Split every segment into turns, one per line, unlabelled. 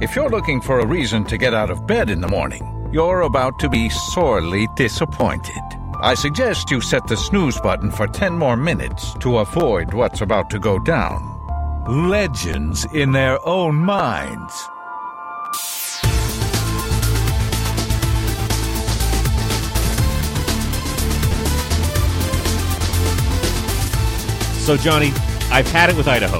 If you're looking for a reason to get out of bed in the morning, you're about to be sorely disappointed. I suggest you set the snooze button for 10 more minutes to avoid what's about to go down. Legends in their own minds.
So, Johnny, I've had it with Idaho.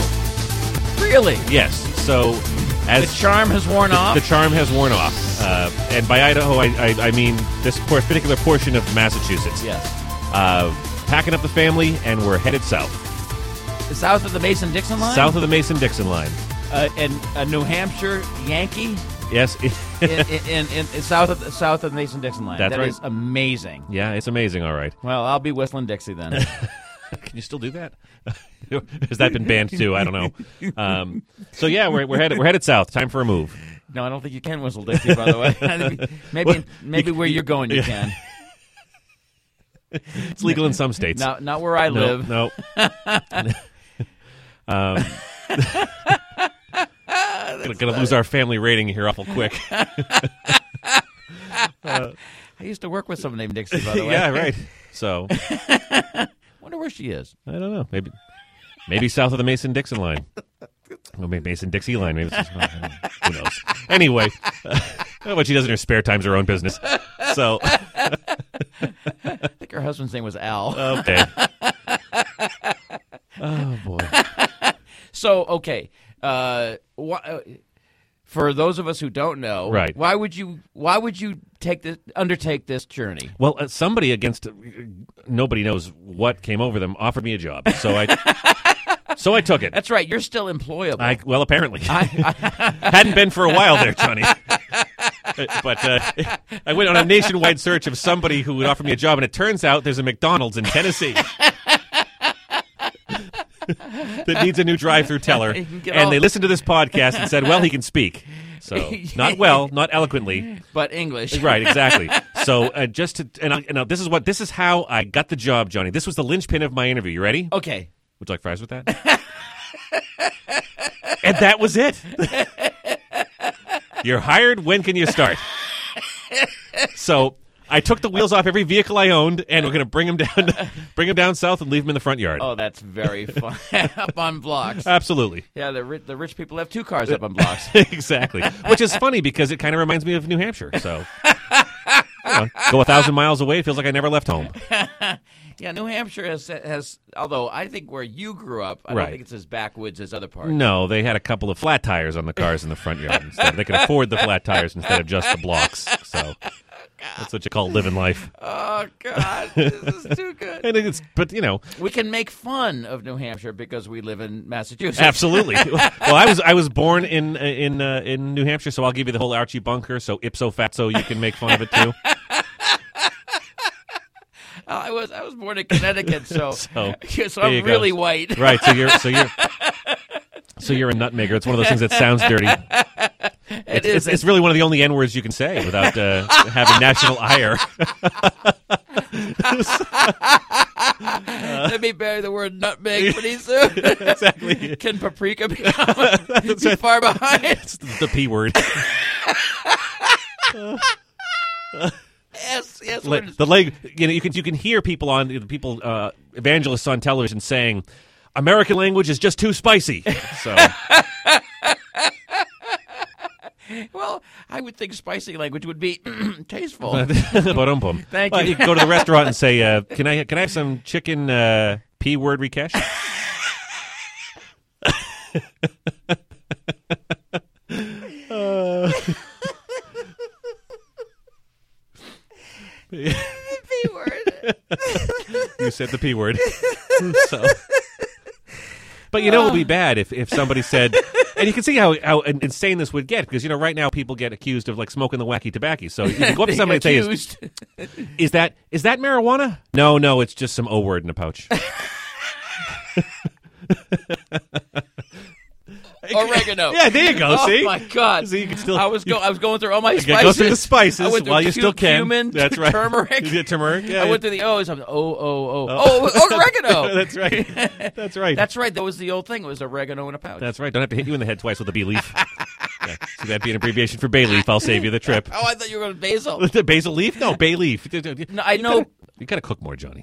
Really?
Yes. So,
The
as
charm has worn off.
the charm has worn off, uh, and by Idaho, I, I, I mean this por- particular portion of Massachusetts.
yes.
Uh, packing up the family, and we're headed south,
South of the Mason Dixon line?
south of the Mason-Dixon line.
Uh, and a New Hampshire Yankee
Yes.
in, in, in, in south of the south of the Mason Dixon line.
That's
That
right.
is amazing.
yeah, it's amazing. All right.
Well, I'll be whistling Dixie then.
Can you still do that? Has that been banned too? I don't know. Um, so yeah, we're, we're headed we're headed south. Time for a move.
no, I don't think you can whistle Dixie. By the way, maybe maybe where you're going, you can.
It's legal in some states.
Not not where I
No,
live.
No. um, gonna, gonna lose our family rating here awful quick.
I used to work with someone named Dixie. By the way,
yeah, right. So
Wonder where she is.
I don't know. Maybe maybe south of the Mason Dixon line. Well, maybe Mason Dixie line. Maybe it's- I don't know. who knows. Anyway, what she does in her spare time's her own business. So
I think her husband's name was Al.
okay. Oh boy.
so okay, uh, why, uh, for those of us who don't know,
Right.
Why would you? Why would you take this undertake this journey?
Well, uh, somebody against nobody knows what came over them offered me a job, so I so I took it.
That's right. You're still employable.
I, well, apparently, hadn't been for a while there, Johnny. but uh, I went on a nationwide search of somebody who would offer me a job, and it turns out there's a McDonald's in Tennessee that needs a new drive-through teller,
You can
and
get all-
they listened to this podcast and said, "Well, he can speak." So not well, not eloquently,
but English.
Right, exactly. so uh, just to, and, I, and now this is what this is how I got the job, Johnny. This was the linchpin of my interview. You ready?
Okay.
Would you like fries with that? and that was it. You're hired. When can you start? so I took the wheels off every vehicle I owned, and we're going to bring them down, bring them down south, and leave them in the front yard.
Oh, that's very fun. up on blocks.
Absolutely.
Yeah, the ri- the rich people have two cars up on blocks.
exactly. Which is funny because it kind of reminds me of New Hampshire. So you know, go a thousand miles away, it feels like I never left home.
Yeah, New Hampshire has has. Although I think where you grew up, I
Right. Mm.
don't think it's as backwoods as other parts.
No, they had a couple of flat tires on the cars in the front yard. Instead. They could afford the flat tires instead of just the blocks. So that's what you call living life.
Oh God, this is too good.
And it's, but you know,
We can make fun of New Hampshire because we live in Massachusetts.
absolutely. Well, I was I was born in in uh, in New Hampshire, so I'll give you the whole Archie Bunker. So ipso fatso, you can make fun of it too.
Oh, I was I was born in Connecticut, so
So,
so,
there you
I'm
go.
really white.
Right. So you're so you're so you're a nutmaker. It's one of those things that sounds dirty.
It
It's,
is.
it's really one of the only N words you can say without uh, having national ire. Uh-huh.
Let me bury the word nutmeg pretty soon.
exactly.
can paprika become be far behind?
It's the P word.
Yes, yes.
La-
we're just-
the leg you know you can you can hear people on the people uh, evangelists on television saying American language is just too spicy. So
well, I would think spicy language would be tasteful.
Ba-dum-bum.
Thank
Well,
you.
can go to the restaurant and say, uh, "Can I can I have some chicken uh, p word rekesh?" Uh,
P word.
you said the p word. so. But you know, it
Uh.
would be bad if, if somebody said, and you can see how, how in- insane this would get because you know right now people get accused of like smoking the wacky tobacco. So you can go up to somebody and say, is,
Accused.
is that is that marijuana? No, no, it's just some O word in a pouch.
oregano.
yeah, there you go.
Oh
see,
my God!
So you can still-
I was go. I was going through all my
Yeah,
spices.
go through the spices
I went through
while you
cu-
still can.
Cumin,
That's right.
Turmeric.
Yeah, turmeric. Yeah,
I went
yeah.
through the O's. I'm oh oh oh oh oregano.
That's right. That's right.
That's right. That was the old thing. It was oregano in a pouch.
That's right. Don't have to hit you in the head twice with a bee leaf. So that'd be an abbreviation for bay leaf. I'll save you the trip.
Oh, I thought you were going to basil.
The basil leaf? No, bay leaf.
No, I know.
You gotta cook more, Johnny.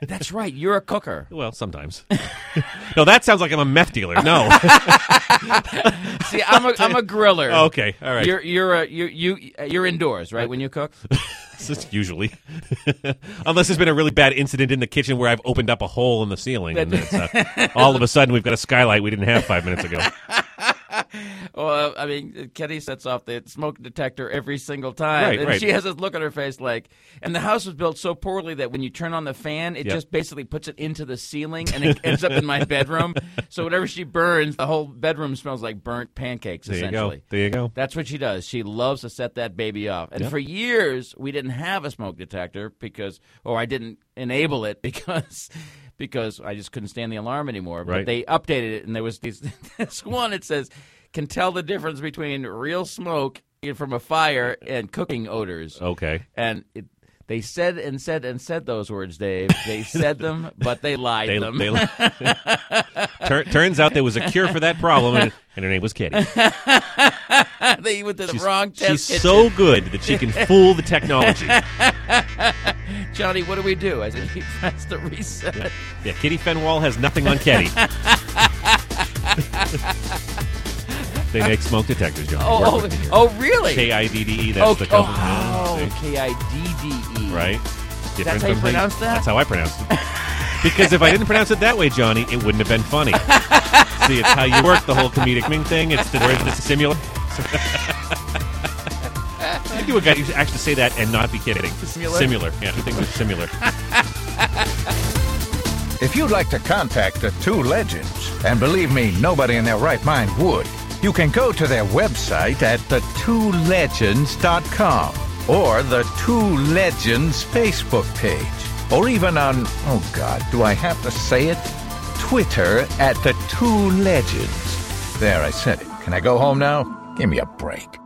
That's right. You're a cooker.
Well, sometimes. no, that sounds like I'm a meth dealer. No.
See, I'm a I'm a griller.
okay. All right. Uh,
You're you're a, you you you're indoors, right? When you cook,
Just usually, unless there's been a really bad incident in the kitchen where I've opened up a hole in the ceiling, and it's, uh, all of a sudden we've got a skylight we didn't have five minutes ago.
well, I mean, Kenny sets off the smoke detector every single time,
Right,
and
right.
she has this look on her face like. And the house was built so poorly that when you turn on the fan, it
Yep.
just basically puts it into the ceiling, and it ends up in my bedroom. So whatever she burns, the whole bedroom smells like burnt pancakes.
There you
essentially,
go. There you go.
That's what she does. She loves to set that baby off. And for years, we didn't have a smoke detector because, or I didn't enable it because, because I just couldn't stand the alarm anymore. But
Right.
they updated it, and there was these, this one. It says can tell the difference between real smoke from a fire and cooking odors.
Okay.
And it, they said and said and said those words, Dave. They said them, but they lied
They,
them.
they, Tur- turns out there was a cure for that problem, and, and her name was Kitty.
They went to the wrong test.
She's
kitchen.
so good that she can fool the technology.
Johnny, what do we do? I said, he pressed the reset.
Yeah, Kitty Fenwall has nothing on Kitty. they make smoke detectors, John.
Oh, oh, oh, really?
K I D D E. That's
Oh,
the company.
oh,
See?
K I D D E.
right?
That's how you
from
pronounce that?
That's how I pronounce it. because if I didn't pronounce it that way, Johnny, it wouldn't have been funny. See, it's how you work the whole comedic ming thing. It's the where's the simulator. I do a guy who actually say that and not be kidding.
Simular?
Similar. Yeah, two things are similar.
If you'd like to contact the two legends, and believe me, nobody in their right mind would, you can go to their website at thetwolegends.com or the Two Legends Facebook page, or even on, oh God, do I have to say it? Twitter at the Two Legends. There, I said it. Can I go home now? Give me a break.